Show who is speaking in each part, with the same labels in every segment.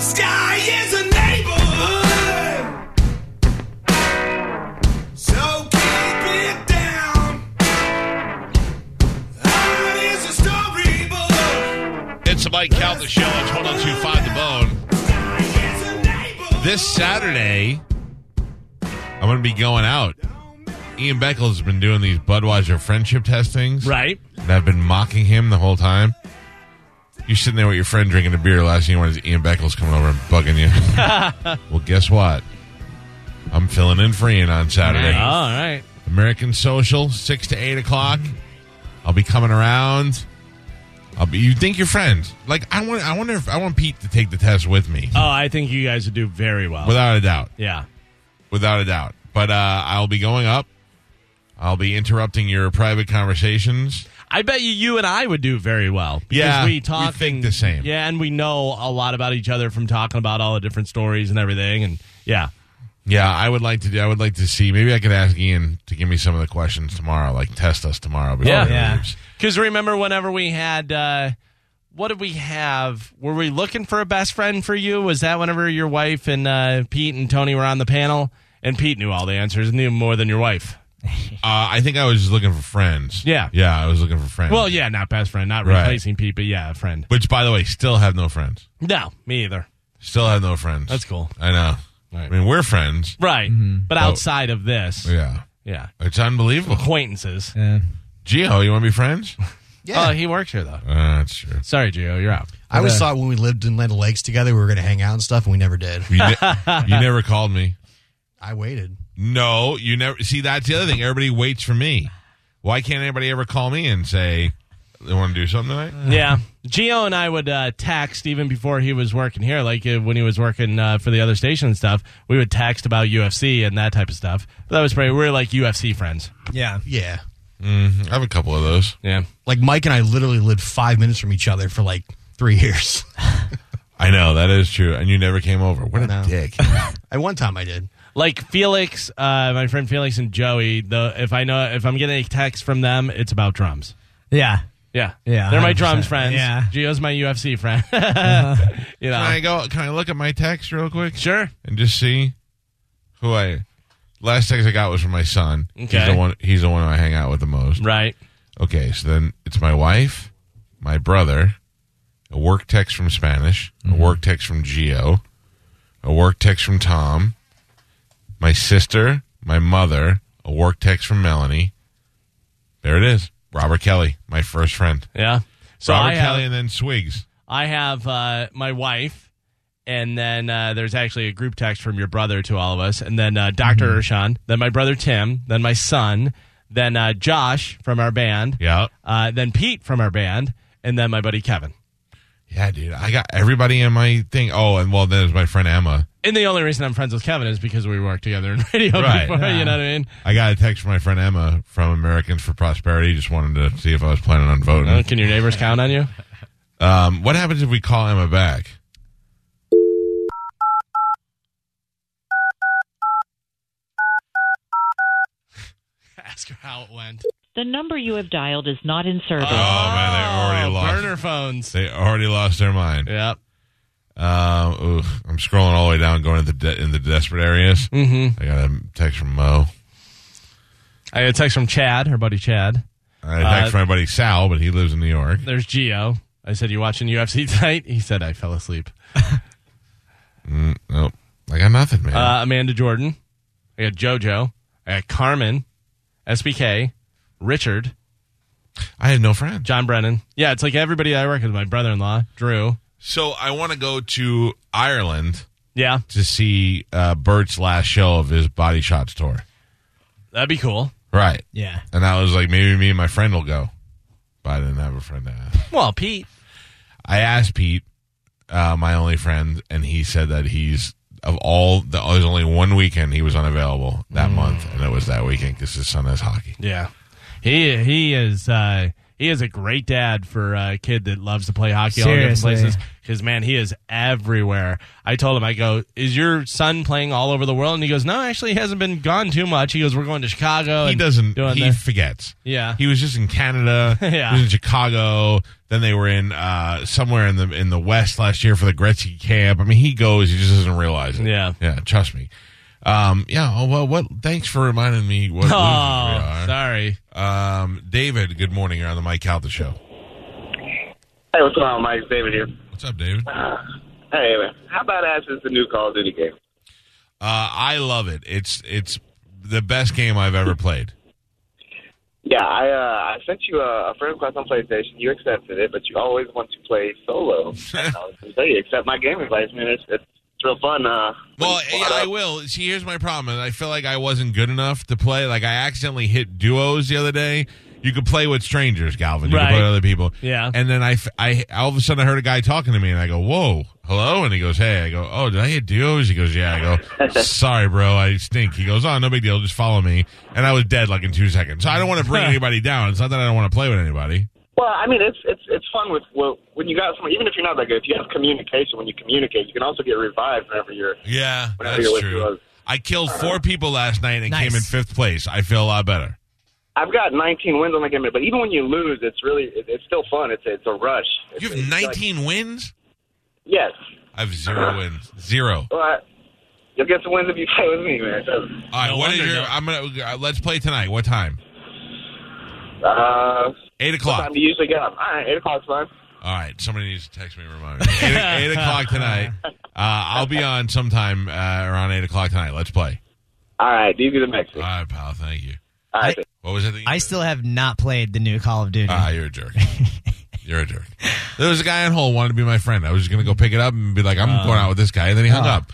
Speaker 1: Sky is a neighborhood. So keep it down. Art is a storybook.
Speaker 2: It's the Mike Calda Show. It's 1025 The
Speaker 1: Sky is a
Speaker 2: Bone.
Speaker 1: neighborhood.
Speaker 2: This Saturday, I'm going to be going out. Ian Beckles has been doing these Budweiser friendship testings.
Speaker 3: Right.
Speaker 2: And I've been mocking him the whole time. You're sitting there with your friend drinking a beer. Last thing you want is Ian Beckles coming over and bugging you. well, guess what? I'm filling in for Ian on Saturday.
Speaker 3: All right.
Speaker 2: American Social, six to eight o'clock. I'll be coming around. I'll be. You think you're friends? Like I want. I wonder if I want Pete to take the test with me,
Speaker 3: Oh, I think you guys would do very well.
Speaker 2: without a doubt,
Speaker 3: yeah.
Speaker 2: without a doubt. But uh, I'll be going up. I'll be interrupting your private conversations.
Speaker 3: I bet you you and I would do very well. Because
Speaker 2: Yeah, we
Speaker 3: we talk
Speaker 2: think
Speaker 3: and-
Speaker 2: the same.
Speaker 3: Yeah, and we know a lot about each other from talking about all the different stories and everything. And yeah.
Speaker 2: Yeah, I would like to. do I would like to see. Maybe I could ask Ian to give me some of the questions tomorrow. Like test us tomorrow. Before
Speaker 3: Yeah.
Speaker 2: he
Speaker 3: Yeah.
Speaker 2: leaves.
Speaker 3: Because remember, whenever we had, uh, what did we have? Were we looking for a best friend for you? Was that whenever your wife and uh, Pete and Tony were on the panel? And Pete knew all the answers, knew more than your wife.
Speaker 2: Uh, I think I was just looking for friends.
Speaker 3: Yeah.
Speaker 2: yeah, I was looking for friends.
Speaker 3: Well, yeah, not best friend, not
Speaker 2: Right.
Speaker 3: replacing Pete, but yeah, a friend.
Speaker 2: which by the way, still have no friends.
Speaker 3: No, me either.
Speaker 2: Still have no friends.
Speaker 3: That's cool.
Speaker 2: I know.
Speaker 3: Right.
Speaker 2: I mean, we're friends.
Speaker 3: Right. But outside of this,
Speaker 2: Yeah.
Speaker 3: Mm-hmm. yeah.
Speaker 2: It's unbelievable.
Speaker 3: Acquaintances.
Speaker 2: Gio, you want to be friends? Uh,
Speaker 3: Oh, he works here, though.
Speaker 2: that's true.
Speaker 3: Sorry, Gio, you're out.
Speaker 4: I always thought when we lived in Atlanta Lakes together, we were going to hang out and stuff, and we never did.
Speaker 2: You, ne- you never called me.
Speaker 4: I waited.
Speaker 2: No, you never. See, that's the other thing. Everybody waits for me. Why can't anybody ever call me and say they want to do something tonight?
Speaker 3: Yeah. Gio and I would uh, text even before he was working here, like uh, when he was working uh, for the other station and stuff. We would text about UFC and that type of stuff. But that was pretty. We were like UFC friends. Yeah.
Speaker 4: Yeah.
Speaker 2: Mm, I have a couple of those.
Speaker 3: Yeah.
Speaker 4: Like Mike and I literally lived five minutes from each other for like three years.
Speaker 2: I know that is true, and you never came over. What a
Speaker 4: No.
Speaker 2: dick!
Speaker 4: At one time, I did.
Speaker 3: Like Felix, uh, my friend Felix and Joey. The if I know if I'm getting a text from them, it's about drums.
Speaker 5: Yeah.
Speaker 3: Yeah.
Speaker 5: Yeah,
Speaker 3: They're my
Speaker 5: 100%.
Speaker 3: drums friends.
Speaker 5: Yeah.
Speaker 3: Gio's my UFC friend. Uh-huh. You
Speaker 2: Can I
Speaker 3: know.
Speaker 2: go? Can I look at my text real quick
Speaker 3: Sure.
Speaker 2: and just see who I? Last text I got was from my son. He's
Speaker 3: Okay.
Speaker 2: the one. He's the one I hang out with the most.
Speaker 3: Right.
Speaker 2: Okay, so then it's my wife, my brother, a work text from Spanish, a
Speaker 3: Mm-hmm.
Speaker 2: work text from Geo, a work text from Tom, my sister, my mother, a work text from Melanie. There it is. Robert Kelly, my first friend.
Speaker 3: Yeah. So
Speaker 2: Robert
Speaker 3: I uh, have,
Speaker 2: Kelly and then Swigs.
Speaker 3: I have uh, my wife, and then uh, there's actually a group text from your brother to all of us, and then uh, Dr. Urshan, then my brother Tim, then my son, then uh, Josh from our band,
Speaker 2: Yeah.
Speaker 3: uh, then Pete from our band, and then my buddy Kevin.
Speaker 2: Yeah, dude. I got everybody in my thing. Oh, and well, there's my friend Emma.
Speaker 3: And the only reason I'm friends with Kevin is because we worked together in radio
Speaker 2: Right.
Speaker 3: before, you know what I mean?
Speaker 2: I got a text from my friend Emma from Americans for Prosperity. Just wanted to see if I was planning on voting.
Speaker 3: Uh, Can your neighbors count on you?
Speaker 2: Um, what happens if we call Emma back?
Speaker 3: Ask her how it went.
Speaker 6: The number you have dialed is not in service.
Speaker 2: Oh, man, they already lost.
Speaker 3: Oh, Burner phones.
Speaker 2: They already lost their mind.
Speaker 3: Yep.
Speaker 2: Um, ooh, I'm scrolling all the way down, going to the de- in the desperate areas.
Speaker 3: Mm-hmm.
Speaker 2: I got a text from Mo.
Speaker 3: I got a text from Chad, her buddy Chad.
Speaker 2: I got a text
Speaker 3: Uh,
Speaker 2: from my buddy Sal, but he lives in New York.
Speaker 3: There's Geo. I said, "You watching UFC tonight?" He said, "I fell asleep."
Speaker 2: Mm, nope, I got nothing, man.
Speaker 3: Uh, Amanda Jordan. I got JoJo. I got Carmen. SBK. Richard.
Speaker 2: I had no friends.
Speaker 3: John Brennan. Yeah, it's like everybody I work with. My brother-in-law, Drew.
Speaker 2: So I want to go to Ireland
Speaker 3: Yeah,
Speaker 2: to see uh, Bert's last show of his Body Shots tour.
Speaker 3: that'd be cool.
Speaker 2: Right.
Speaker 4: Yeah.
Speaker 2: And I was like, maybe me and my friend will go. But I didn't have a friend to ask.
Speaker 3: Well, Pete,
Speaker 2: I asked Pete, uh, my only friend, and he said that he's of all the there's only one weekend he was unavailable
Speaker 3: Mm.
Speaker 2: that month, and it was that weekend because his son has hockey.
Speaker 3: Yeah, he he is uh, he is a great dad for a kid that loves to play hockey all over
Speaker 5: Seriously.
Speaker 3: places. Because man, he is everywhere. I told him, I go, "Is your son playing all over the world?" And he goes, "No, actually, he hasn't been gone too much." He goes, "We're going to Chicago."
Speaker 2: He
Speaker 3: and
Speaker 2: doesn't.
Speaker 3: doing
Speaker 2: He
Speaker 3: the-
Speaker 2: forgets.
Speaker 3: Yeah.
Speaker 2: he was just in Canada.
Speaker 3: Yeah.
Speaker 2: he was in Chicago. Then they were in uh, somewhere in the in the West last year for the Gretzky camp. I mean, he goes. He just doesn't realize it.
Speaker 3: Yeah.
Speaker 2: yeah. Trust me. Um, yeah. Oh, well, what? Thanks for reminding me. What? losers we
Speaker 3: Oh,
Speaker 2: are.
Speaker 3: sorry.
Speaker 2: Um, David. Good morning. You're on the Mike Calta show.
Speaker 7: Hey, what's going on, Mike? It's David here.
Speaker 2: What's up, David?
Speaker 7: Hey, man. How about us is the new Call of Duty game?
Speaker 2: Uh, I love it. It's it's the best game I've ever played.
Speaker 7: Yeah, I uh, I sent you a, a friend request on PlayStation. You accepted it, but you always want to play solo. And I was gonna say, you accept my game advice, man. It's, it's, it's real fun. Uh, when
Speaker 2: Well,
Speaker 7: you squad
Speaker 2: I, I
Speaker 7: up.
Speaker 2: will. See, here's my problem. is I feel like I wasn't good enough to play. Like I accidentally hit duos the other day. You could play with strangers, Galvin. You could
Speaker 3: Right.
Speaker 2: play with other people.
Speaker 3: Yeah.
Speaker 2: And then I, f- I- all of a sudden I heard a guy talking to me, and I go, "Whoa, hello!" And he goes, "Hey." I go, "Oh, did I hit duos?" He goes, "Yeah." I go, "Sorry, bro, I stink." He goes, "Oh, no big deal. Just follow me." And I was dead like in two seconds. So I don't want to bring anybody down. It's not that I don't want to play with anybody.
Speaker 7: Well, I mean, it's it's it's fun with well, when you got someone, even if you're not that good. If you have communication, when you communicate, you can also get revived whenever you're.
Speaker 2: Yeah,
Speaker 7: Whenever
Speaker 2: that's
Speaker 7: you're with
Speaker 2: true.
Speaker 7: yours.
Speaker 2: I killed four people last night and
Speaker 5: Nice.
Speaker 2: came in fifth place. I feel a lot better.
Speaker 7: I've got 19 wins on the game, but even when you lose, it's really it, it's still fun. It's it's a rush. It's,
Speaker 2: You have
Speaker 7: it's like-
Speaker 2: 19 wins?
Speaker 7: yes.
Speaker 2: I have zero wins. Zero.
Speaker 7: Well, I, you'll get some wins if you play with me, man.
Speaker 2: All right,
Speaker 3: No
Speaker 2: what is
Speaker 3: wonder
Speaker 2: your?
Speaker 3: no-
Speaker 2: I'm gonna uh, let's play tonight. What time?
Speaker 7: Uh,
Speaker 2: Eight
Speaker 7: what
Speaker 2: o'clock.
Speaker 7: time do you usually get up? All right, eight o'clock's fine.
Speaker 2: All right, somebody needs to text me and remind me. Eight, eight o'clock tonight. Uh, I'll be on sometime uh, around eight o'clock tonight. Let's play.
Speaker 7: All right, do you do the next
Speaker 2: All
Speaker 7: one?
Speaker 2: right, pal. Thank you.
Speaker 7: All right.
Speaker 2: What was that? thing you
Speaker 5: I
Speaker 2: said?
Speaker 5: still have not played the new Call of Duty.
Speaker 2: Ah, you're a jerk. You're a jerk. There was a guy on hold who wanted to be my friend. I was just gonna go pick it up and be like, I'm going out with this guy, and then he hung up.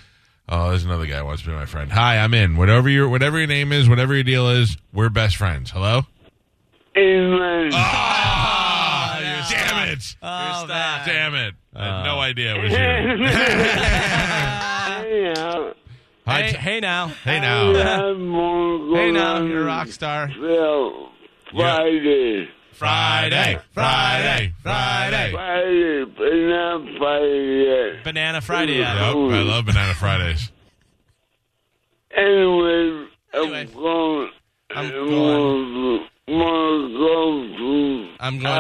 Speaker 2: Oh, there's another guy who wants to be my friend. Hi, I'm in. Whatever your whatever your name is, whatever your deal is, we're best friends. Hello. Ah, damn it!
Speaker 5: Oh, man.
Speaker 2: Damn it! I had
Speaker 3: Uh.
Speaker 2: no idea it was you.
Speaker 7: Uh,
Speaker 2: Hi,
Speaker 3: Hey,
Speaker 2: t-
Speaker 3: hey now.
Speaker 2: hey now,
Speaker 3: Hey now.
Speaker 8: um,
Speaker 3: You're a rock star.
Speaker 9: Friday,
Speaker 2: Friday, Friday, Friday.
Speaker 9: Friday,
Speaker 2: Yep,
Speaker 9: but not Friday.
Speaker 3: Banana Friday.
Speaker 2: I
Speaker 3: Yeah.
Speaker 2: love banana Fridays.
Speaker 9: Anyway,
Speaker 8: oh,
Speaker 3: Anyway.
Speaker 9: I'm going.
Speaker 3: I'm
Speaker 9: going. going
Speaker 3: I'm going
Speaker 8: uh,
Speaker 3: to
Speaker 2: Oh,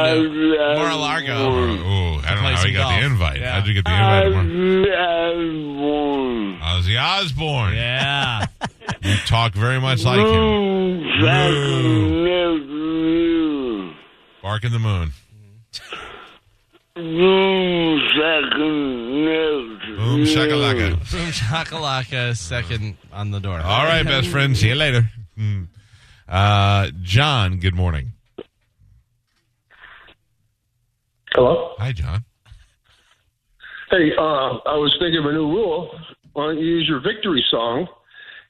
Speaker 3: Mar-a-Lago.
Speaker 2: I don't know
Speaker 3: Play
Speaker 2: how he
Speaker 3: some
Speaker 2: got the
Speaker 3: golf.
Speaker 2: invite.
Speaker 3: Yeah. Uh,
Speaker 2: How'd you get the invite? Mar-
Speaker 9: to
Speaker 2: Ozzy Osbourne.
Speaker 3: Yeah.
Speaker 2: You talk very much like him. Moo.
Speaker 9: Moo.
Speaker 2: Bark in the moon.
Speaker 9: Boom shakalaka.
Speaker 2: Boom shakalaka.
Speaker 3: Boom shakalaka. Second on the door.
Speaker 2: All right, best friend. See you later. Mm. Uh, John, good morning.
Speaker 10: Hello.
Speaker 2: Hi, John.
Speaker 10: Hey, uh, I was thinking of a new rule. Why don't you use your victory song,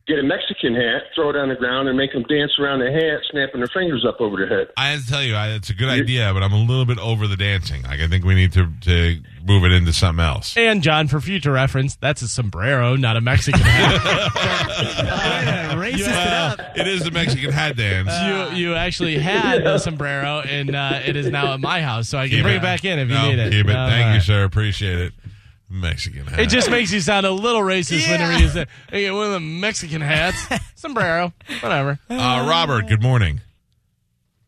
Speaker 10: get a Mexican hat, throw it on the ground, and make them dance around the hat, snapping their fingers up over their head.
Speaker 2: I have to tell you, I, it's a good idea, but I'm a little bit over the dancing. Like, I think we need to, to move it into something else.
Speaker 3: And John, for future reference, that's a sombrero, not a Mexican hat.
Speaker 5: Racist it up.
Speaker 2: It is the Mexican hat dance.
Speaker 3: you you actually had the sombrero, and uh, it is now at my house, so I can
Speaker 2: Keep
Speaker 3: bring
Speaker 2: it.
Speaker 3: it. back in if
Speaker 2: No,
Speaker 3: you need it.
Speaker 2: Keep it.
Speaker 3: All
Speaker 2: Thank you,
Speaker 3: right.
Speaker 2: sir. Appreciate it. Mexican hat.
Speaker 3: It just makes you sound a little racist whenever you say, hey, one of the Mexican hats, sombrero, whatever.
Speaker 2: uh, Robert, good morning.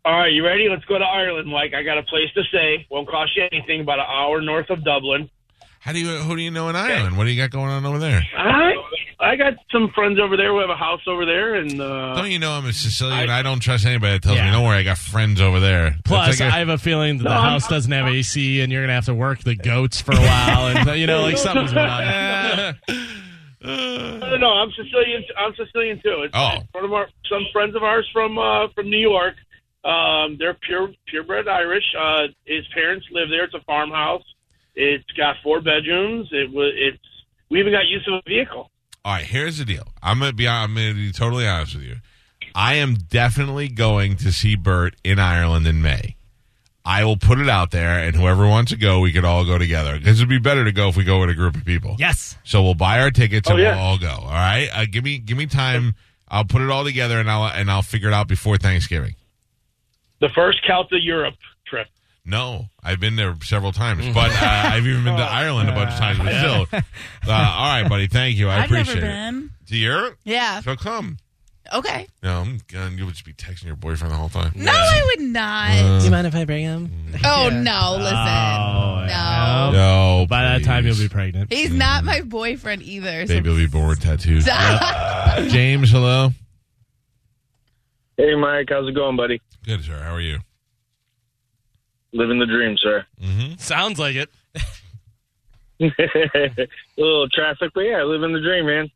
Speaker 8: All right, you ready? Let's go to Ireland, Mike. I got a place to stay. Won't cost you anything. About an hour north of Dublin.
Speaker 2: How do you who do you know in Ireland? What do you got going on over there?
Speaker 8: I I got some friends over there. We have a house over there, and uh,
Speaker 2: Don't you know I'm a Sicilian? I, don't trust anybody that tells me, "Don't worry, I got friends over there." That's
Speaker 3: Plus,
Speaker 2: like a-
Speaker 3: I have a feeling that the house doesn't have AC, and you're going to have to work the goats for a while, and, you know, like something's going on.
Speaker 8: no, no, I'm Sicilian. I'm Sicilian too. It's,
Speaker 2: Oh.
Speaker 8: it's one of our some friends of ours from uh, from New York. Um, they're pure purebred Irish. Uh, his parents live there. It's a farmhouse. It's got four bedrooms. It was it's We even got use of a vehicle.
Speaker 2: All right, here's the deal. I'm gonna be I'm gonna be totally honest with you. I am definitely going to see Bert in Ireland in May. I will put it out there, and whoever wants to go, we could all go together. Because it'd be better to go if we go with a group of people.
Speaker 5: Yes.
Speaker 2: So we'll buy our tickets
Speaker 8: Oh,
Speaker 2: and
Speaker 8: yeah.
Speaker 2: we'll all go. All right. Uh, give me give me time. I'll put it all together and I'll and I'll figure it out before Thanksgiving.
Speaker 8: The first Calta Europe trip.
Speaker 2: No, I've been there several times, but uh, I've even
Speaker 11: Oh,
Speaker 2: been to Ireland a bunch of times. But still, uh, all right, buddy. Thank you. I
Speaker 11: I've never
Speaker 2: appreciate it.
Speaker 11: been.
Speaker 2: To Europe?
Speaker 11: Yeah.
Speaker 2: So come.
Speaker 11: Okay.
Speaker 2: No, I'm gonna, you would just be texting your boyfriend the whole time.
Speaker 11: No, I would not.
Speaker 2: Uh,
Speaker 3: Do you mind if I bring him?
Speaker 11: oh no, listen.
Speaker 2: Oh.
Speaker 11: no.
Speaker 2: No,
Speaker 3: Oh, By that time, you'll be pregnant.
Speaker 11: He's not my boyfriend either. So
Speaker 2: Baby will be born with tattoos.
Speaker 11: Stop.
Speaker 2: Yep. James, hello.
Speaker 12: Hey, Mike, how's it going, buddy?
Speaker 2: Good, sir. How are you?
Speaker 12: Living the dream, sir.
Speaker 2: Mm-hmm.
Speaker 3: Sounds like it.
Speaker 12: a little traffic, but yeah, living the dream, man.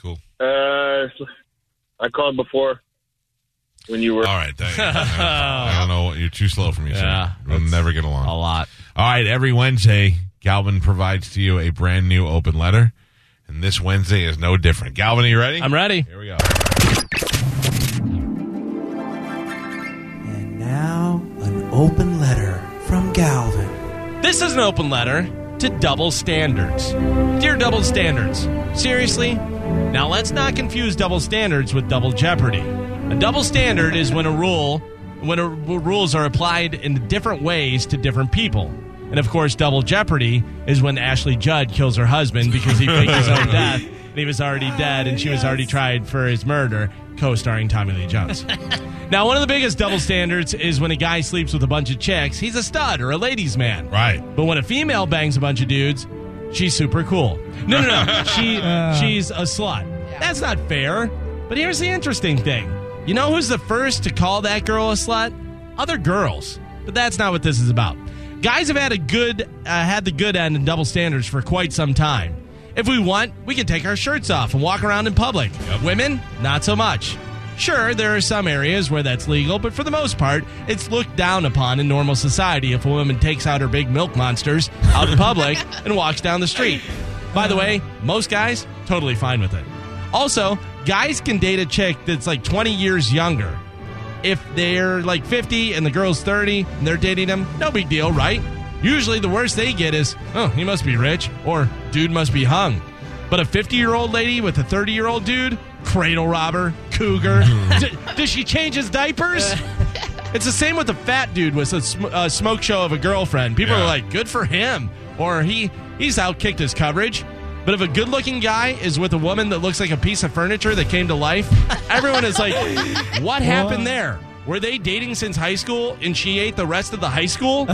Speaker 2: Cool.
Speaker 12: Uh, I called before when you were.
Speaker 2: All right, thank you. I don't know. You're too slow for me,
Speaker 3: Yeah,
Speaker 2: sir. We'll never get along.
Speaker 3: A lot.
Speaker 2: All right, every Wednesday, Galvin provides to you a brand new open letter, and this Wednesday is no different. Galvin, are you ready?
Speaker 3: I'm ready.
Speaker 2: Here we go.
Speaker 13: Now, an open letter from Galvin.
Speaker 3: This is an open letter to double standards. Dear double standards, seriously? Now let's not confuse double standards with double jeopardy. A double standard is when a rule, when a, w- rules are applied in different ways to different people. And of course, double jeopardy is when Ashley Judd kills her husband because he faked his own death and he was already dead and she was already tried for his murder, co starring Tommy Lee Jones. Now, one of the biggest double standards is when a guy sleeps with a bunch of chicks, he's a stud or a ladies' man.
Speaker 2: Right.
Speaker 3: But when a female bangs a bunch of dudes, she's super cool. No, no, no. she she's a slut. That's not fair. But here's the interesting thing. You know who's the first to call that girl a slut? Other girls. But that's not what this is about. Guys have had a good uh, had the good end in double standards for quite some time. If we want, we can take our shirts off and walk around in public. Women, not so much. Sure, there are some areas where that's legal, but for the most part, it's looked down upon in normal society if a woman takes out her big milk monsters out in public and walks down the street. By the way, most guys, totally fine with it. Also, guys can date a chick that's like 20 years younger. If they're like 50 and the girl's 30 and they're dating them, no big deal, right? Usually the worst they get is, oh, he must be rich or dude must be hung. But a 50 year old lady with a 30 year old dude, cradle robber, cougar. D- does she change his diapers? It's the same with the fat dude with a sm- uh, smoke show of a girlfriend. People are like, "Good for him," or "He he's outkicked his coverage." But if a good-looking guy is with a woman that looks like a piece of furniture that came to life, everyone is like, "What happened there? Were they dating since high school and she ate the rest of the high school?"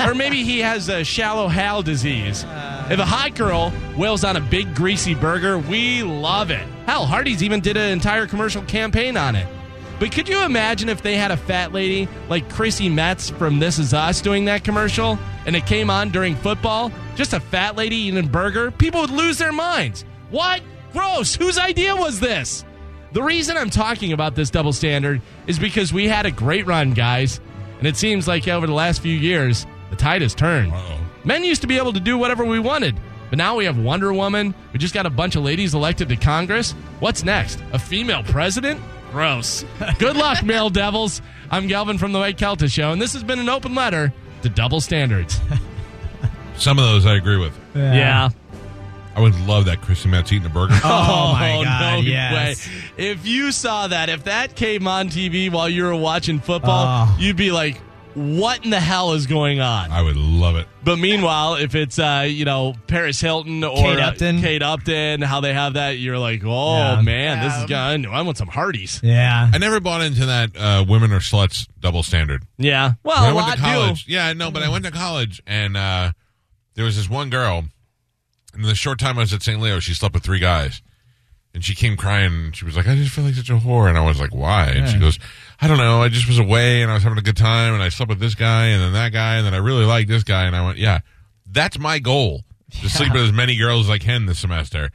Speaker 3: or maybe he has a shallow Hal disease. If a hot girl wails on a big greasy burger, we love it. Hell, Hardee's even did an entire commercial campaign on it. But could you imagine if they had a fat lady like Chrissy Metz from This Is Us doing that commercial and it came on during football? Just a fat lady eating a burger? People would lose their minds. What? Gross. Whose idea was this? The reason I'm talking about this double standard is because we had a great run, guys. And it seems like over the last few years, the tide has turned. Men used to be able to do whatever we wanted, but now we have Wonder Woman. We just got a bunch of ladies elected to Congress. What's next? A female president? Gross. Good luck, male devils. I'm Galvin from the White Celta Show, and this has been an open letter to double standards.
Speaker 2: Some of those I agree with. I would love that Christy Metz eating a burger.
Speaker 3: Oh.
Speaker 4: Oh,
Speaker 3: no way. If you saw that, if that came on TV while you were watching football, you'd be like, what in the hell is going on?
Speaker 2: I would love it.
Speaker 3: But meanwhile, if it's uh, you know Paris Hilton or
Speaker 5: Kate Upton.
Speaker 3: uh, Kate Upton, how they have that, you're like, oh
Speaker 5: Yeah.
Speaker 3: man, this
Speaker 5: Yeah.
Speaker 3: is going. I want some Hardee's.
Speaker 2: Yeah. I never bought into that uh, women are sluts double standard.
Speaker 3: Yeah. Well,
Speaker 2: When I
Speaker 3: a
Speaker 2: went to
Speaker 3: lot do.
Speaker 2: college. Yeah, no, but I went to college and uh, there was this one girl. And in the short time I was at St. Leo, she slept with three guys. And she came crying. And she was like, I just feel like such a whore. And I was like, why? And she
Speaker 14: Yeah.
Speaker 2: goes, I don't know. I just was away and I was having a good time. And I slept with this guy and then that guy. And then I really liked this guy. And I went, yeah, that's my goal to sleep with as many girls as I can this semester.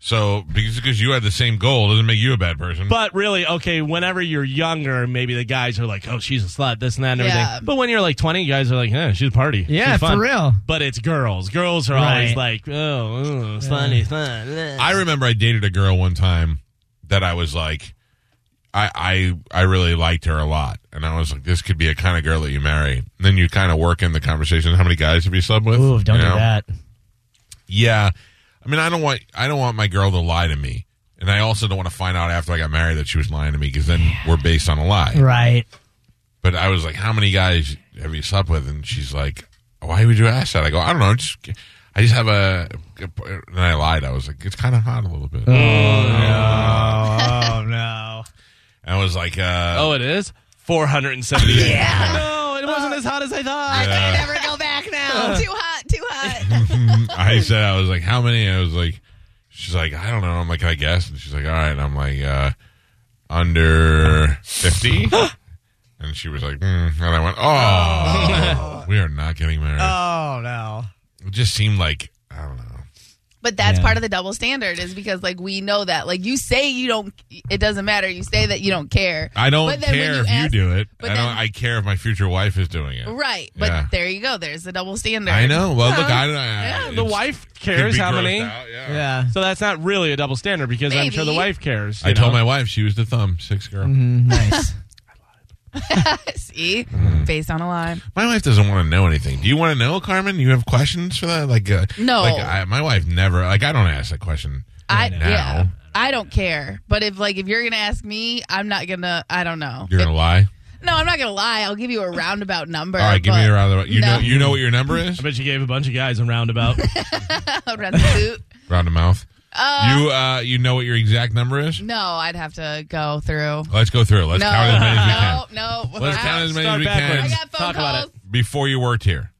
Speaker 2: So because because you had the same goal doesn't make you a bad person.
Speaker 3: But really, okay, whenever you're younger, maybe the guys are like, oh, she's a slut, this and that and
Speaker 5: Yeah.
Speaker 3: everything. But when you're like 20, you guys are like, yeah, she's a party.
Speaker 5: Yeah,
Speaker 3: She's fun."
Speaker 5: for real.
Speaker 3: But it's girls. Girls are always
Speaker 5: Right.
Speaker 3: like, oh, ooh, slutty, slut. bleh."
Speaker 2: I remember I dated a girl one time that I was like, I I I really liked her a lot, and I was like, this could be a kind of girl that you marry. And then you kind of work in the conversation. How many guys have you slept with?
Speaker 5: Ooh, don't
Speaker 2: You know?
Speaker 5: do that.
Speaker 2: Yeah, I mean, I don't want I don't want my girl to lie to me, and I also don't want to find out after I got married that she was lying to me because then we're based on a lie.
Speaker 5: Right.
Speaker 2: But I was like, how many guys have you slept with? And she's like, why would you ask that? I go, I don't know. Just, I just have a. And I lied. I was like, it's kind of hot a little bit.
Speaker 5: Oh no.
Speaker 2: I was like, uh,
Speaker 3: oh, it is? 478.
Speaker 5: No, it wasn't as hot as I thought.
Speaker 2: Yeah.
Speaker 11: Never go back now. too hot, too hot.
Speaker 2: I said, I was like, how many? I was like, she's like, I don't know. I'm like, I guess. And she's like, all right. And I'm like, uh, under 50. and she was like, mm. and I went, oh, we are not getting married.
Speaker 4: Uh.
Speaker 5: Oh no.
Speaker 2: It just seemed like, I don't know.
Speaker 11: But that's
Speaker 2: Yeah.
Speaker 11: part of the double standard is because like we know that like you say you don't it doesn't matter you say that you don't care
Speaker 2: I don't
Speaker 11: But then when
Speaker 2: care if
Speaker 11: ask-
Speaker 2: you do it. I
Speaker 11: but
Speaker 2: don't.
Speaker 11: then-
Speaker 2: I care if my future wife is doing it.
Speaker 11: right but
Speaker 2: Yeah.
Speaker 11: there you go there's the double standard
Speaker 2: I know. Well, look,
Speaker 11: Huh.
Speaker 2: I don't.
Speaker 11: Yeah,
Speaker 3: The wife cares how many?
Speaker 2: yeah.
Speaker 3: So that's not really a double standard because I'm sure the
Speaker 11: Maybe.
Speaker 3: wife cares.
Speaker 2: I
Speaker 3: you
Speaker 2: told
Speaker 3: know?
Speaker 2: my wife she was the thumb six girl.
Speaker 3: Mm-hmm.
Speaker 5: Mm, nice.
Speaker 11: see
Speaker 2: Mm.
Speaker 11: based on a lie
Speaker 2: My wife doesn't want to know anything. Do you want to know, Carmen? You have questions for that? Like, uh,
Speaker 11: No.
Speaker 2: Like, I, my wife never. Like, I don't ask that question.
Speaker 11: I
Speaker 2: now
Speaker 11: yeah I don't care but if like if you're gonna ask me I'm not gonna I don't know
Speaker 2: you're gonna lie.
Speaker 11: no I'm not gonna lie I'll give you a roundabout number
Speaker 2: All right, give me
Speaker 11: but-
Speaker 2: a roundabout. You
Speaker 11: No.
Speaker 2: know, you know what your number is.
Speaker 3: I bet you gave a bunch of guys a roundabout.
Speaker 11: roundabout
Speaker 2: Round of mouth.
Speaker 11: Uh,
Speaker 2: you uh, you know what your exact number is.
Speaker 11: no I'd have to go through
Speaker 2: Let's go through. it. Let's
Speaker 11: no
Speaker 2: count as many as we can.
Speaker 11: no no
Speaker 2: Let's count as many as
Speaker 3: Start
Speaker 2: we
Speaker 11: I
Speaker 3: backwards.
Speaker 2: can
Speaker 11: got phone
Speaker 3: Talk
Speaker 11: calls
Speaker 3: about it.
Speaker 2: before you worked here.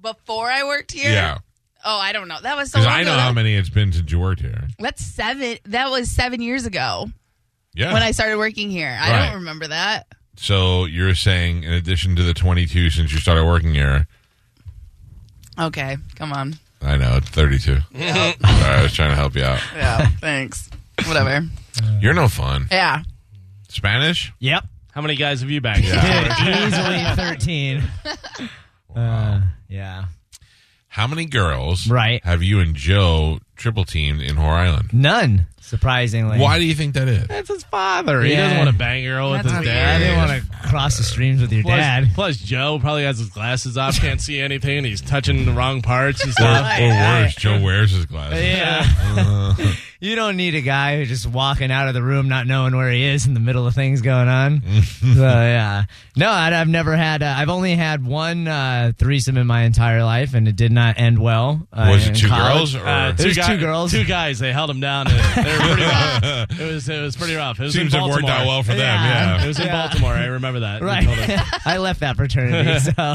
Speaker 11: before I worked here
Speaker 2: Yeah,
Speaker 11: Oh, I don't know. That was so
Speaker 2: because
Speaker 11: long
Speaker 2: I know
Speaker 11: ago.
Speaker 2: how many it's been since you worked here.
Speaker 11: That's seven. That was seven years ago
Speaker 2: Yeah.
Speaker 11: when I started working here. I
Speaker 2: Right.
Speaker 11: don't remember that.
Speaker 2: so you're saying, in addition to the 22 since you started working here,
Speaker 11: Okay, come on.
Speaker 2: I know it's 32. Sorry, I was trying to help you out.
Speaker 11: Yeah, thanks. Whatever.
Speaker 2: You're no fun.
Speaker 11: Yeah.
Speaker 2: Spanish?
Speaker 5: Yep.
Speaker 3: How many guys have you back?
Speaker 5: Easily thirteen. Uh, yeah.
Speaker 2: How many girls
Speaker 5: Right.
Speaker 2: have you and Joe triple teamed in Whore Island?
Speaker 5: None. Surprisingly.
Speaker 2: Why do you think that is?
Speaker 3: That's his father. He doesn't
Speaker 5: Yeah.
Speaker 3: want to bang a girl with
Speaker 5: That's
Speaker 3: his
Speaker 5: weird.
Speaker 3: dad.
Speaker 5: I didn't want to cross the streams with your
Speaker 3: Plus-
Speaker 5: dad.
Speaker 3: plus Joe probably has his glasses off, can't see anything, and he's touching the wrong parts and
Speaker 2: Or,
Speaker 3: stuff.
Speaker 2: or worse, Joe wears his glasses.
Speaker 5: Yeah.
Speaker 3: Uh.
Speaker 5: you don't need a guy who's just walking out of the room not knowing where he is in the middle of things going on. so yeah, no, I, I've never had. Uh, I've only had one uh, threesome in my entire life, and it did not end well. Uh,
Speaker 2: Was it
Speaker 5: in
Speaker 2: two
Speaker 5: college.
Speaker 2: girls or-
Speaker 3: Uh,
Speaker 5: It was
Speaker 3: guy-
Speaker 5: two girls.
Speaker 3: Two guys. They held him down. And they were pretty rough. It was it was pretty rough. It was
Speaker 2: Seems
Speaker 3: in
Speaker 2: to have
Speaker 3: Baltimore.
Speaker 2: worked out well for them.
Speaker 5: Yeah.
Speaker 2: Yeah.
Speaker 3: It was in
Speaker 5: Yeah.
Speaker 3: Baltimore. I remember that. They told us.
Speaker 5: Right. I left that fraternity. So,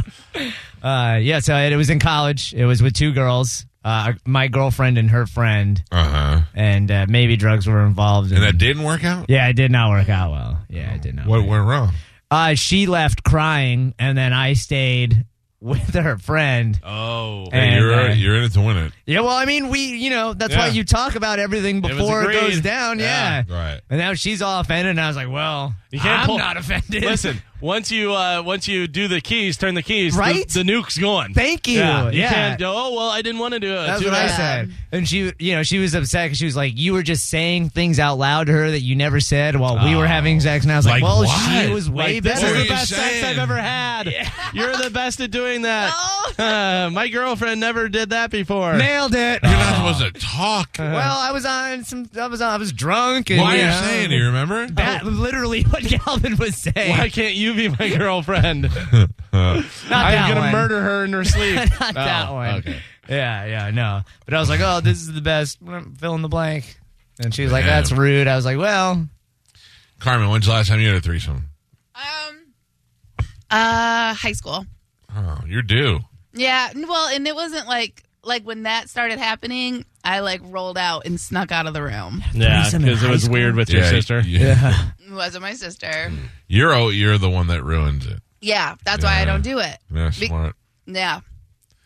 Speaker 5: uh, yeah, so it, it was in college. It was with two girls, uh, my girlfriend and her friend,
Speaker 2: Uh huh.
Speaker 5: and uh, maybe drugs were involved.
Speaker 2: And that didn't work out.
Speaker 5: yeah, it did not work out well. Yeah, it did not.
Speaker 2: What went wrong?
Speaker 5: Uh, she left crying, and then I stayed with her friend.
Speaker 3: Oh.
Speaker 2: Hey,
Speaker 5: And,
Speaker 2: you're
Speaker 5: uh,
Speaker 2: you're in it to win it.
Speaker 5: Yeah, well, I mean, we, you know, that's why
Speaker 2: Yeah.
Speaker 5: you talk about everything
Speaker 3: was
Speaker 5: before it, goes
Speaker 3: agreed.
Speaker 5: down.
Speaker 3: Yeah.
Speaker 5: Yeah.
Speaker 2: Right.
Speaker 5: And now she's all offended, and I was like, well,
Speaker 3: You can't
Speaker 5: I'm
Speaker 3: pull-
Speaker 5: not offended.
Speaker 3: Listen, once you uh, once you do the keys, turn the keys. the-
Speaker 5: Right?
Speaker 3: The, nuke's going.
Speaker 5: Thank you.
Speaker 3: Yeah. You
Speaker 5: Yeah.
Speaker 3: can't go. Oh well, I didn't want to do it.
Speaker 5: That's
Speaker 3: Too
Speaker 5: what I
Speaker 3: bad."
Speaker 5: said. And she, you know, she was upset because she was like, "You were just saying things out loud to her that you never said while we were having sex." And I was like,
Speaker 2: Like
Speaker 5: "Well,
Speaker 2: what?
Speaker 5: she was way
Speaker 3: Like, this
Speaker 5: better."
Speaker 2: What
Speaker 3: is the
Speaker 2: were you
Speaker 3: best sex I've
Speaker 2: saying?
Speaker 3: ever had. You're the best at doing that. Uh, my girlfriend never did that before.
Speaker 5: Nailed it.
Speaker 2: You're not supposed to talk.
Speaker 5: well, I was on some. I was on, I was drunk. And,
Speaker 2: Why are
Speaker 5: you
Speaker 2: you
Speaker 5: know,
Speaker 2: saying? Do you remember?
Speaker 5: that? Literally, what Galvin was saying.
Speaker 3: Why can't you be my girlfriend?
Speaker 2: Uh,
Speaker 5: Not
Speaker 3: I'm
Speaker 5: that
Speaker 3: gonna
Speaker 5: one.
Speaker 3: murder her in her sleep.
Speaker 5: Not
Speaker 3: Oh,
Speaker 5: that one.
Speaker 3: Okay.
Speaker 5: Yeah, yeah, no. But I was like, "Oh, this is the best." Fill in the blank. And she was like,
Speaker 2: Man.
Speaker 5: "That's rude." I was like, "Well,
Speaker 2: Carmen, when's the last time you had a threesome?
Speaker 11: Um. Uh, high school.
Speaker 2: Oh, you're due.
Speaker 11: Yeah. n- Well, and it wasn't like like when that started happening. I like rolled out and snuck out of the room.
Speaker 3: Yeah,
Speaker 5: Threesome in
Speaker 3: because it
Speaker 5: high
Speaker 3: was
Speaker 5: school?
Speaker 3: weird with your
Speaker 2: Yeah,
Speaker 3: sister.
Speaker 2: Yeah.
Speaker 11: It wasn't my sister.
Speaker 2: You're oh, you're the one that ruins it.
Speaker 11: Yeah, that's why I don't do it.
Speaker 2: Yeah,
Speaker 11: Be-
Speaker 2: smart.
Speaker 11: Yeah.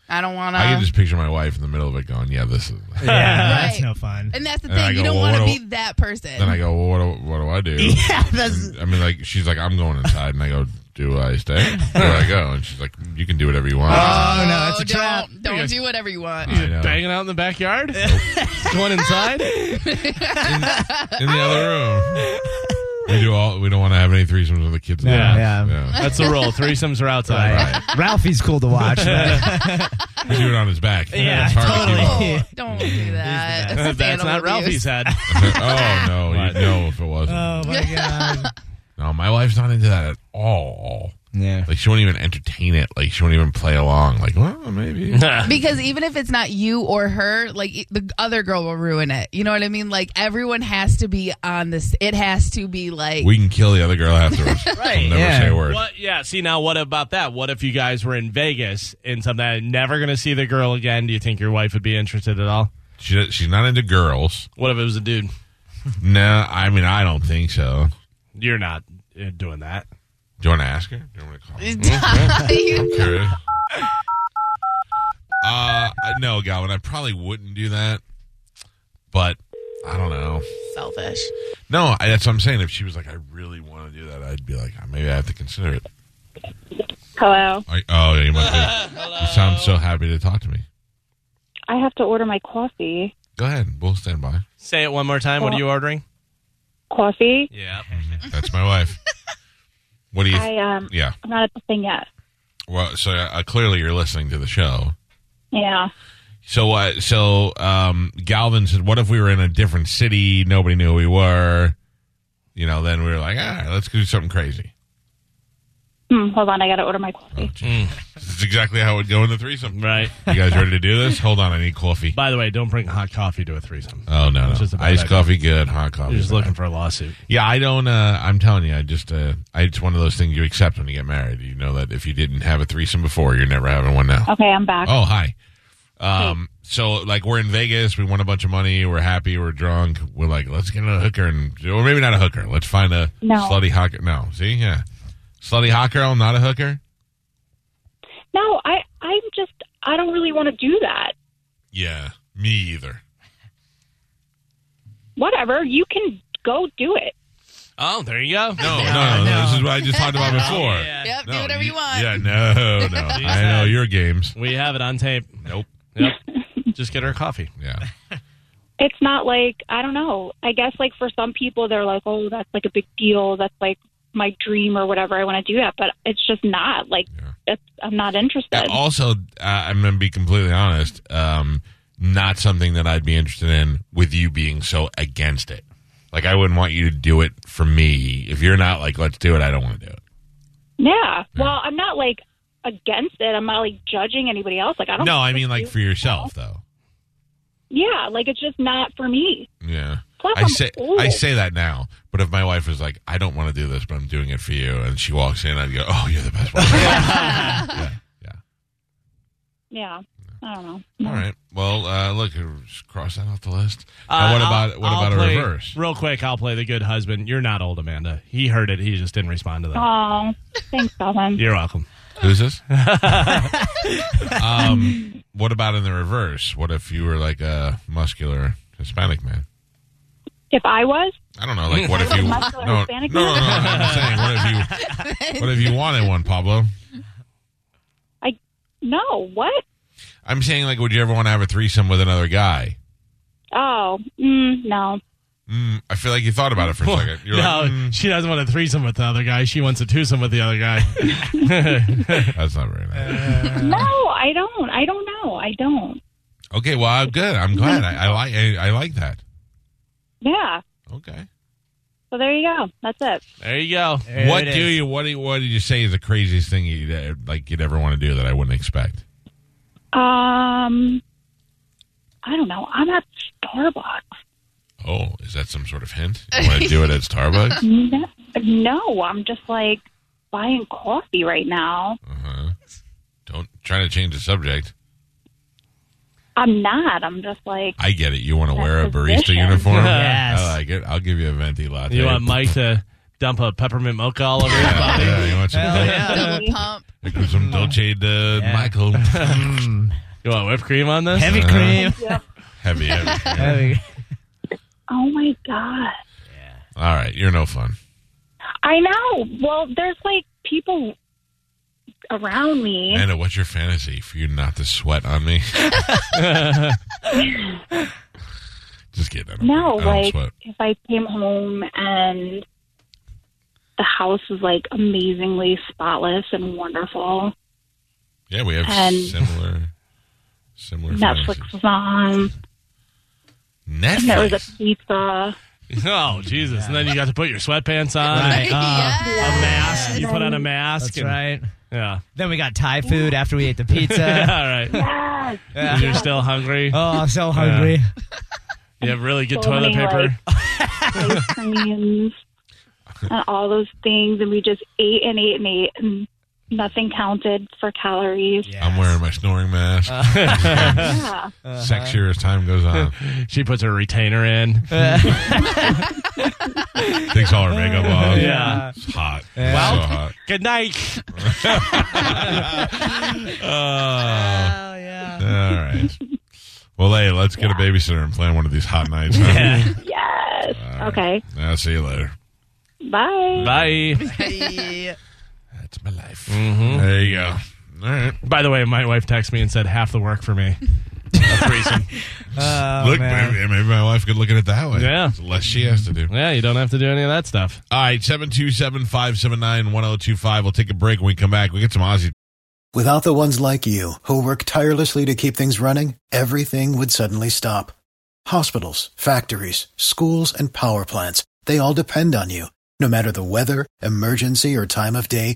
Speaker 11: I don't want
Speaker 2: I can
Speaker 11: to.
Speaker 2: just picture my wife in the middle of it going, "Yeah, this is."
Speaker 11: Yeah, Right. that's no
Speaker 4: fun.
Speaker 11: And that's the
Speaker 2: And I
Speaker 11: thing. You
Speaker 2: go,
Speaker 11: don't
Speaker 2: "Well,
Speaker 11: want to
Speaker 2: what
Speaker 11: be
Speaker 2: do-
Speaker 11: that person.
Speaker 2: Then I go, "Well, what do, what do I do?"
Speaker 11: Yeah, that's-
Speaker 2: And, I mean, like she's like, "I'm going inside," and I go, "Do I stay? Where do I go?" And she's like, "You can do whatever you want."
Speaker 3: Oh, no, that's a trap.
Speaker 11: don't, don't do whatever you want.
Speaker 2: I know.
Speaker 3: Banging out in the backyard? Going inside?
Speaker 2: in the other room. We do all. We don't want to have any threesomes with the kids. in the
Speaker 3: Yeah.
Speaker 2: house.
Speaker 3: Yeah. That's the rule. Threesomes are outside.
Speaker 5: Ralphie's cool to watch. but-
Speaker 2: We do it on his back.
Speaker 3: Yeah,
Speaker 2: it's hard to keep up.
Speaker 11: Oh, don't do that. That's,
Speaker 3: That's
Speaker 11: animal
Speaker 3: not
Speaker 11: abuse.
Speaker 3: Ralphie's head.
Speaker 2: oh no, you'd know if it wasn't.
Speaker 3: Oh,
Speaker 5: god.
Speaker 2: No, my wife's not into that at all.
Speaker 5: Yeah,
Speaker 2: like she won't even entertain it. Like she won't even play along. Like, well, maybe.
Speaker 11: Because even if it's not you or her, like it- the other girl will ruin it. You know what I mean? Like everyone has to be on this. It has to be like
Speaker 2: we can kill the other girl afterwards.
Speaker 3: Right.
Speaker 2: I'll never say a word.
Speaker 3: What, yeah. See, now what about that? What if you guys were in Vegas and something, I'm never going to see the girl again? Do you think your wife would be interested at all?
Speaker 2: She, she's not into girls.
Speaker 3: What if it was a dude?
Speaker 2: No, I mean I don't think so.
Speaker 3: You're not uh, doing that.
Speaker 2: Do you want to ask her? Do you want to call?
Speaker 11: You-
Speaker 2: her? Curious. Uh, I- no, Galvin, I probably wouldn't do that. But I don't know.
Speaker 11: selfish.
Speaker 2: No, I, that's what I'm saying. If she was like, I really want to do that, I'd be like, maybe I have to consider it.
Speaker 14: Hello.
Speaker 2: I, oh, you must be. you sound so happy to talk to me.
Speaker 14: I have to order my coffee.
Speaker 2: Go ahead. We'll stand by.
Speaker 3: Say it one more time. What are you ordering?
Speaker 14: Coffee.
Speaker 3: Yeah.
Speaker 2: That's my wife. What do you?
Speaker 14: I um.
Speaker 2: yeah.
Speaker 14: I'm not at the thing yet.
Speaker 2: Well, so uh, clearly you're listening to the show.
Speaker 14: Yeah.
Speaker 2: So uh, so um, Galvin said, "What if we were in a different city? Nobody knew we were. You know, then we were like, all right, let's do something crazy."
Speaker 14: Hmm, hold on. I gotta order my coffee.
Speaker 2: This is exactly how it would go in the threesome.
Speaker 3: Right.
Speaker 2: You guys ready to do this? Hold on, I need coffee.
Speaker 3: By the way, don't bring hot coffee to a threesome.
Speaker 2: Oh no, no.
Speaker 3: It's just a bad
Speaker 2: iced
Speaker 3: idea.
Speaker 2: coffee, good. Hot coffee.
Speaker 3: You're just
Speaker 2: bad.
Speaker 3: looking for a lawsuit.
Speaker 2: Yeah, I don't. Uh, I'm telling you, I just, uh, I, it's one of those things you accept when you get married. You know that if you didn't have a threesome before, you're never having one now.
Speaker 14: Okay, I'm back.
Speaker 2: Oh, hi. Um, so like we're in Vegas, we won a bunch of money, we're happy, we're drunk, we're like, let's get a hooker and or maybe not a hooker. Let's find a
Speaker 14: No.
Speaker 2: slutty hot girl. No, see, yeah, slutty hot girl, not a hooker.
Speaker 14: No, I I'm just I don't really want to do that.
Speaker 2: Yeah, me either.
Speaker 14: Whatever. You can go do it.
Speaker 3: Oh, there you go.
Speaker 2: No, no, no, This is what I just talked about before.
Speaker 11: Yep,
Speaker 2: No,
Speaker 11: do whatever you, want.
Speaker 2: Yeah, no, no. I know your games.
Speaker 3: We have it on tape.
Speaker 2: Nope.
Speaker 3: Yep. just get her coffee.
Speaker 2: Yeah.
Speaker 14: It's not like I don't know. I guess like for some people they're like, oh, that's like a big deal. That's like my dream or whatever. I want to do that, but it's just not like it's, I'm not interested.
Speaker 2: And also, uh, I'm going to be completely honest. Um, not something that I'd be interested in with you being so against it. Like, I wouldn't want you to do it for me. If you're not like, let's do it, I don't want to do it.
Speaker 14: Yeah. Well, I'm not like against it. I'm not like judging anybody else. Like I don't.
Speaker 2: no, I mean, like, for yourself, though.
Speaker 14: Yeah, like it's just not for me.
Speaker 2: Yeah.
Speaker 14: Plus,
Speaker 2: I
Speaker 14: I'm
Speaker 2: say
Speaker 14: old.
Speaker 2: I say that now, but if my wife was like, "I don't want to do this, but I'm doing it for you," and she walks in, I'd go, "Oh, you're the best one." yeah, yeah.
Speaker 14: Yeah. I don't know. No.
Speaker 2: All right. Well, uh, look, cross that off the list.
Speaker 3: Uh,
Speaker 2: Now, what
Speaker 3: I'll-
Speaker 2: about what
Speaker 3: I'll
Speaker 2: about
Speaker 3: play-
Speaker 2: a reverse?
Speaker 3: Real quick, I'll play the good husband. You're not old, Amanda. He heard it. He just didn't respond to that.
Speaker 14: Oh, thanks, Calvin.
Speaker 3: You're welcome.
Speaker 2: Who's this? um, what about in the reverse? What if you were like a muscular Hispanic man?
Speaker 14: If I was,
Speaker 2: I don't know. Like, what if you? No,
Speaker 14: Muscular
Speaker 2: no, no, no,
Speaker 14: Hispanic
Speaker 2: no.
Speaker 14: man?
Speaker 2: I'm saying, what if you? What if you wanted one, Pablo?
Speaker 14: I no. What?
Speaker 2: I'm saying, like, would you ever want to have a threesome with another guy?
Speaker 14: Oh, mm, no.
Speaker 2: Mm, I feel like you thought about it for a second. You're
Speaker 3: no,
Speaker 2: like, mm,
Speaker 3: she doesn't want a threesome with the other guy. She wants a twosome with the other guy.
Speaker 2: that's not very nice.
Speaker 14: No, I don't. I don't know. I don't.
Speaker 2: Okay, well, I'm good. I'm glad. I, I like. I, I like that.
Speaker 14: Yeah.
Speaker 2: Okay.
Speaker 14: So there you go. That's it.
Speaker 3: there you go.
Speaker 2: what do you? What do you, What did you say is the craziest thing you would like? You'd ever want to do that I wouldn't expect?
Speaker 14: Um, I don't know. I'm at Starbucks.
Speaker 2: Oh, is that some sort of hint? You want to do it at Starbucks?
Speaker 14: No, no, I'm just like buying coffee right now.
Speaker 2: Uh huh. Don't try to change the subject.
Speaker 14: I'm not. I'm just like
Speaker 2: I get it. You want to wear a
Speaker 14: That's
Speaker 2: barista
Speaker 14: suspicious.
Speaker 2: uniform?
Speaker 3: Yes.
Speaker 2: I like it. I'll give you a venti latte.
Speaker 3: You want Mike to dump a peppermint mocha all over your
Speaker 2: Yeah,
Speaker 3: body?
Speaker 2: yeah, you want some-
Speaker 3: Hell yeah.
Speaker 11: Double pump.
Speaker 2: Here comes some Dolce de Michael. Uh-huh.
Speaker 3: you want whipped cream on this?
Speaker 2: Heavy cream. Heavy, heavy.
Speaker 3: heavy.
Speaker 14: Oh my god.
Speaker 2: All right, you're no fun.
Speaker 14: I know. Well, there's like people around me.
Speaker 2: Amanda, what's your fantasy for you not to sweat on me? Just kidding. I don't-
Speaker 14: No,
Speaker 2: I don't
Speaker 14: like
Speaker 2: sweat.
Speaker 14: if I came home and the house was like amazingly spotless and wonderful.
Speaker 2: Yeah, we have
Speaker 14: and-
Speaker 2: similar, similar. fantasies.
Speaker 14: Netflix was on. And there was a pizza.
Speaker 3: Oh Jesus! And then you got to put your sweatpants on,
Speaker 5: Right.
Speaker 3: and,
Speaker 5: Yes.
Speaker 3: a mask. You put on a mask.
Speaker 5: That's
Speaker 3: and-
Speaker 5: right.
Speaker 3: Yeah.
Speaker 5: Then we got Thai food after we ate the pizza.
Speaker 3: Yeah, right.
Speaker 14: Yes.
Speaker 5: Yeah.
Speaker 3: You're still hungry.
Speaker 5: Oh, I'm so hungry.
Speaker 3: You have really good
Speaker 14: So
Speaker 3: toilet
Speaker 14: many,
Speaker 3: paper.
Speaker 14: ice creams and all those things, and we just ate and ate and ate, and nothing counted for calories.
Speaker 2: I'm wearing my snoring mask.
Speaker 14: Yeah.
Speaker 2: Sexier as time goes on.
Speaker 3: she puts her retainer in.
Speaker 5: Uh.
Speaker 2: Takes all her makeup off.
Speaker 3: Yeah.
Speaker 2: It's hot.
Speaker 3: Yeah.
Speaker 2: It's
Speaker 3: Well-
Speaker 2: so hot.
Speaker 3: Good night.
Speaker 2: Oh. All right. Well, hey, let's get a babysitter and plan one of these hot nights. huh?
Speaker 3: Yeah.
Speaker 14: Yes. Okay.
Speaker 2: I'll see you later.
Speaker 14: Bye.
Speaker 3: Bye.
Speaker 2: That's my life.
Speaker 3: Mhm.
Speaker 2: Mm. There you go. All right.
Speaker 3: By the way, my wife texted me and said half the work for me. A threesome.
Speaker 5: Oh,
Speaker 2: Look,
Speaker 5: man.
Speaker 2: maybe, maybe my wife could look at it that way.
Speaker 3: Yeah.
Speaker 2: It's less she has to do.
Speaker 3: yeah, you don't have to do any of that stuff.
Speaker 2: All right, 727 579 1025. We'll take a break when we come back. We get some Aussie
Speaker 15: Without the ones like you, who work tirelessly to keep things running, everything would suddenly stop. Hospitals, factories, schools, and power plants, they all depend on you. No matter the weather, emergency, or time of day,